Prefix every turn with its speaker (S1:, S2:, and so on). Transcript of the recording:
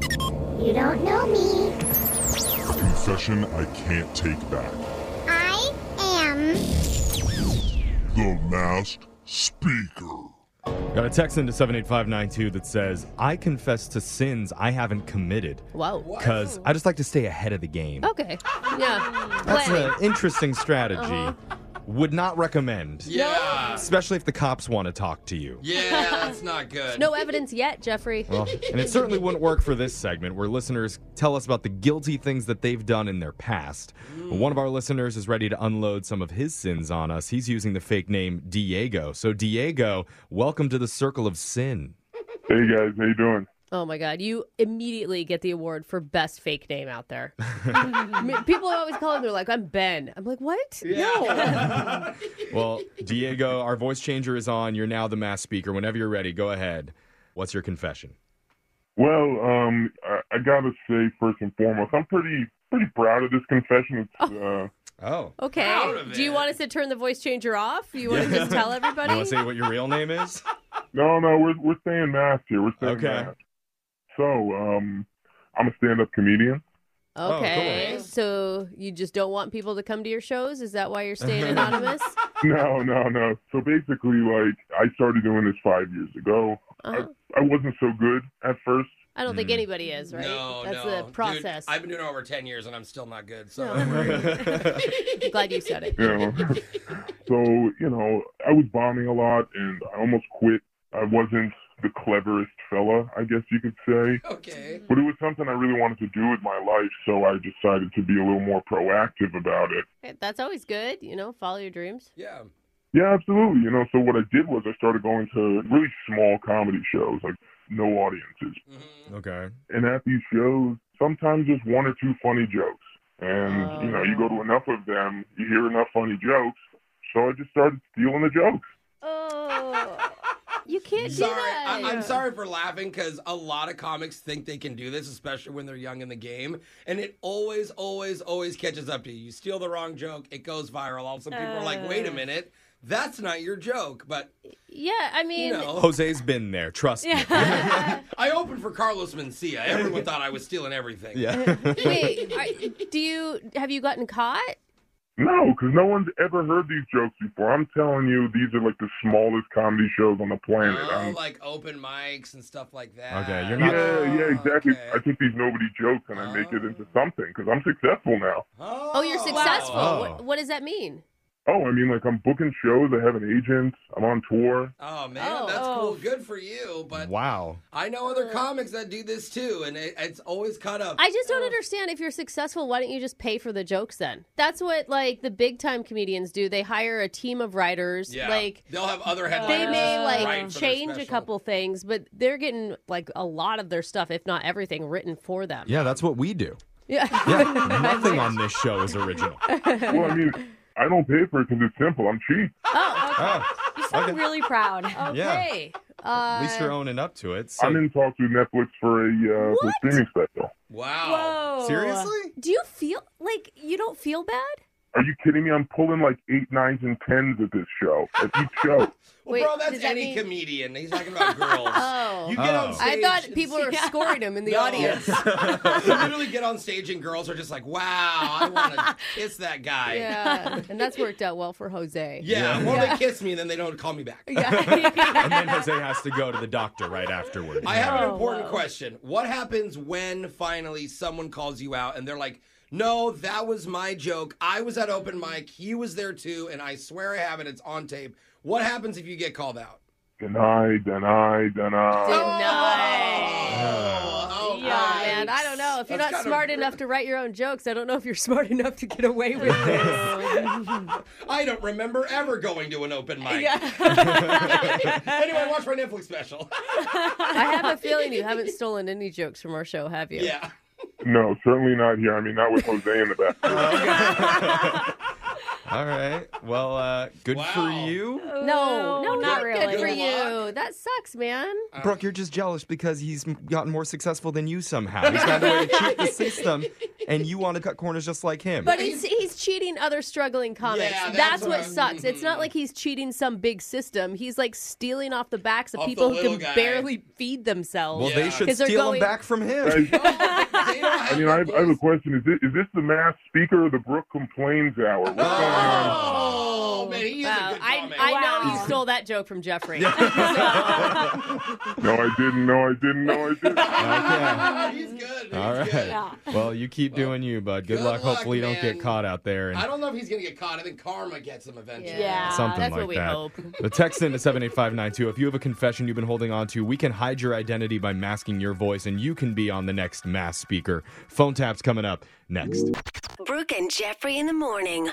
S1: You don't know me.
S2: A confession I can't take back.
S1: I am.
S2: The Masked Speaker.
S3: Got a text into 78592 that says, I confess to sins I haven't committed
S4: Whoa.
S3: because I just like to stay ahead of the game.
S4: Okay. Yeah.
S3: That's
S4: Planning.
S3: an interesting strategy. Would not recommend,
S5: Uh-huh. Yeah.
S3: especially if the cops want to talk to you.
S5: Yeah, that's not good.
S4: No evidence yet, Jeffrey.
S3: Well, and it certainly wouldn't work for this segment where listeners tell us about the guilty things that they've done in their past.
S5: Mm.
S3: One of our listeners is ready to unload some of his sins on us. He's using the fake name Diego. So, Diego, welcome to the circle of sin.
S6: Hey guys, how you doing?
S4: Oh my God. You immediately get the award for best fake name out there. I mean, People always call him, they're like, I'm Ben. I'm like, what?
S3: Well, Diego, our voice changer is on. You're now the mass speaker. Whenever you're ready, go ahead. What's your confession?
S6: Well, um, I, I gotta say first and foremost, I'm pretty pretty proud of this confession. It's, uh,
S3: Oh.
S4: No.
S5: Out of
S4: Okay. Do you
S5: it.
S4: want us to turn the voice changer off? You want to just tell
S3: You
S4: everybody?
S3: want to say what your real name is?
S6: no, no, we're we're staying masked here. We're staying
S3: Okay.
S6: masked. So, um, I'm a stand-up comedian.
S3: Oh,
S4: okay.
S3: cool.
S4: So you just don't want people to come to your shows? Is that why you're staying anonymous?
S6: No, no, no. So basically, like, I started doing this five years ago.
S4: Uh-huh.
S6: I wasn't so good at first.
S4: I don't think
S3: Mm.
S4: anybody is, right?
S5: No,
S4: That's
S5: no.
S4: the process.
S5: Dude, I've been doing it over 10 years and I'm still not good. So
S4: No.
S5: don't worry.
S4: I'm glad you said it.
S6: You know? so, you know, I was bombing a lot, and I almost quit. I wasn't the cleverest fella, I guess you could say.
S5: okay.
S6: But it was something I really wanted to do with my life, so I decided to be a little more proactive about it.
S4: Okay, That's always good, you know, follow your dreams.
S5: Yeah.
S6: Yeah, absolutely. You know, so what I did was I started going to really small comedy shows, like no audiences.
S5: Mhm.
S3: Okay.
S6: And at these shows, sometimes there's one or two funny jokes. And, you know, you go to enough of them, you hear enough funny jokes. So I just started stealing the jokes.
S4: Oh, you can't do
S5: Sorry,
S4: that.
S5: I, am sorry for laughing because a lot of comics think they can do this, especially when they're young in the game, and it always, always, always catches up to you. You steal the wrong joke, it goes viral. All of a sudden, people are like, "Wait
S4: Uh.
S5: a minute, that's not your joke." But
S4: Yeah, I mean,
S5: you know,
S3: Jose's been there. Trust me.
S4: yeah.
S5: I opened for Carlos Mencia. Everyone thought I was stealing everything.
S3: Yeah.
S4: Wait, are, do you have you gotten caught?
S6: No, because no one's ever heard these jokes before. I'm telling you, these are like the smallest comedy shows on the planet.
S5: Oh,
S6: I'm-
S5: like open mics and stuff like that.
S3: um,
S5: Oh,
S3: Okay, you're not-
S6: Yeah, yeah, exactly.
S5: okay.
S6: I take these nobody jokes and I make it into something because I'm successful now.
S5: Oh,
S4: Oh, you're successful.
S3: wow.
S4: What, what does that mean?
S6: Oh, I mean, like I'm booking shows. I have an agent. I'm on tour.
S5: Oh man,
S4: Oh,
S5: that's
S4: oh.
S5: cool. Good for you. But
S3: wow.
S5: I know other comics that do this too, and it, it's always cut up.
S4: I just don't understand. If you're successful, why don't you just pay for the jokes then? That's what like the big time comedians do. They hire a team of writers.
S5: Yeah.
S4: Like
S5: they'll have other
S4: they
S5: headliners.
S4: may like
S5: write for their
S4: change a
S5: special.
S4: couple things, but they're getting like a lot of their stuff, if not everything, written for them.
S3: Yeah, that's what we do.
S4: yeah.
S3: Yeah. Nothing on this show is original.
S6: Well, I mean, I don't pay for it because it's simple. I'm cheap.
S3: Oh,
S7: You sound
S3: Okay.
S7: really proud.
S3: yeah.
S4: Okay. Uh,
S3: At least you're owning up to it. So-
S6: I'm in talks with Netflix for a uh, for a streaming special.
S5: Wow.
S7: Whoa.
S4: Oh.
S3: Seriously?
S7: Do you feel like you don't feel bad?
S6: Are you kidding me? I'm pulling like eight nines and tens at this show. At each show.
S5: Well,
S4: Wait,
S5: bro,
S4: does
S5: that's
S4: that
S5: any
S4: mean-
S5: comedian. He's talking about girls.
S4: Oh.
S5: You get
S3: Oh.
S5: on
S4: I
S5: stage
S4: thought
S5: and
S4: people
S5: see-
S4: were scoring him in the
S5: No.
S4: audience.
S5: you literally get on stage and girls are just like, wow, I want to kiss that guy.
S4: Yeah. And that's worked out well for Jose.
S5: Yeah,
S3: Yeah.
S5: Well, they kiss me and then they don't call me back.
S4: Yeah.
S3: and then Jose has to go to the doctor right afterward.
S5: I have an
S7: Oh,
S5: important
S7: wow.
S5: question. What happens when finally someone calls you out and they're like, no, that was my joke. I was at open mic. He was there too, and I swear I have it. It's on tape. What happens if you get called out?
S6: Deny, deny, deny.
S4: Deny.
S5: Oh,
S4: Oh,
S5: okay.
S4: man, I don't know. If you're
S5: That's
S4: not
S5: kinda
S4: smart
S5: rude.
S4: enough to write your own jokes, I don't know if you're smart enough to get away with this.
S5: I don't remember ever going to an open mic. anyway, watch my Netflix special.
S4: I have a feeling you haven't stolen any jokes from our show, have you?
S5: yeah.
S6: No, certainly not here. I mean, not with Jose in the back.
S3: All right. Well, uh, good for
S5: Wow.
S3: you.
S4: No, no,
S7: not
S4: not
S7: really.
S4: good for you.
S5: Good
S4: That sucks, man.
S3: Brooke, you're just jealous because he's m- gotten more successful than you somehow. He's found a way to cheat the system, and you want to cut corners just like him.
S7: But he's, he's
S4: cheating other struggling comics.
S5: Yeah, that's
S4: that's,
S5: what Mm-hmm.
S4: what
S5: I'm-
S4: sucks. It's not like he's cheating some big system. He's like stealing off the backs of
S5: Off the
S4: people who
S5: little
S4: can
S5: guy.
S4: barely feed themselves.
S3: Well,
S5: Yeah.
S3: they should
S4: 'Cause they're
S3: steal
S4: going-
S3: him back from him.
S6: Guys,
S5: I
S6: I mean, I have, I have a question. Is this, is this the mass speaker or the Brooke complains hour? What's going on?
S5: Oh, man, he is a
S4: Wow.
S5: good
S4: I,
S5: comic.
S4: I know
S7: Wow.
S4: you stole that joke from Jeffrey.
S6: No, I didn't. No, I didn't. No, I didn't.
S3: Okay.
S5: He's good. Man.
S3: All
S5: He's
S3: right.
S5: good.
S3: Well, you keep doing you, bud. Good,
S5: good
S3: luck.
S5: luck,
S3: Hopefully, you don't
S5: man.
S3: get caught out there.
S5: I
S3: And
S5: don't know if he's gonna get caught. I think karma gets him eventually.
S7: Yeah.
S3: something
S4: that's
S3: like
S4: what we
S3: that.
S4: hope.
S3: The text in to 78592. If you have a confession you've been holding on to, we can hide your identity by masking your voice, and you can be on the next mass speaker. Phone taps coming up next.
S8: Brooke and Jeffrey in the morning.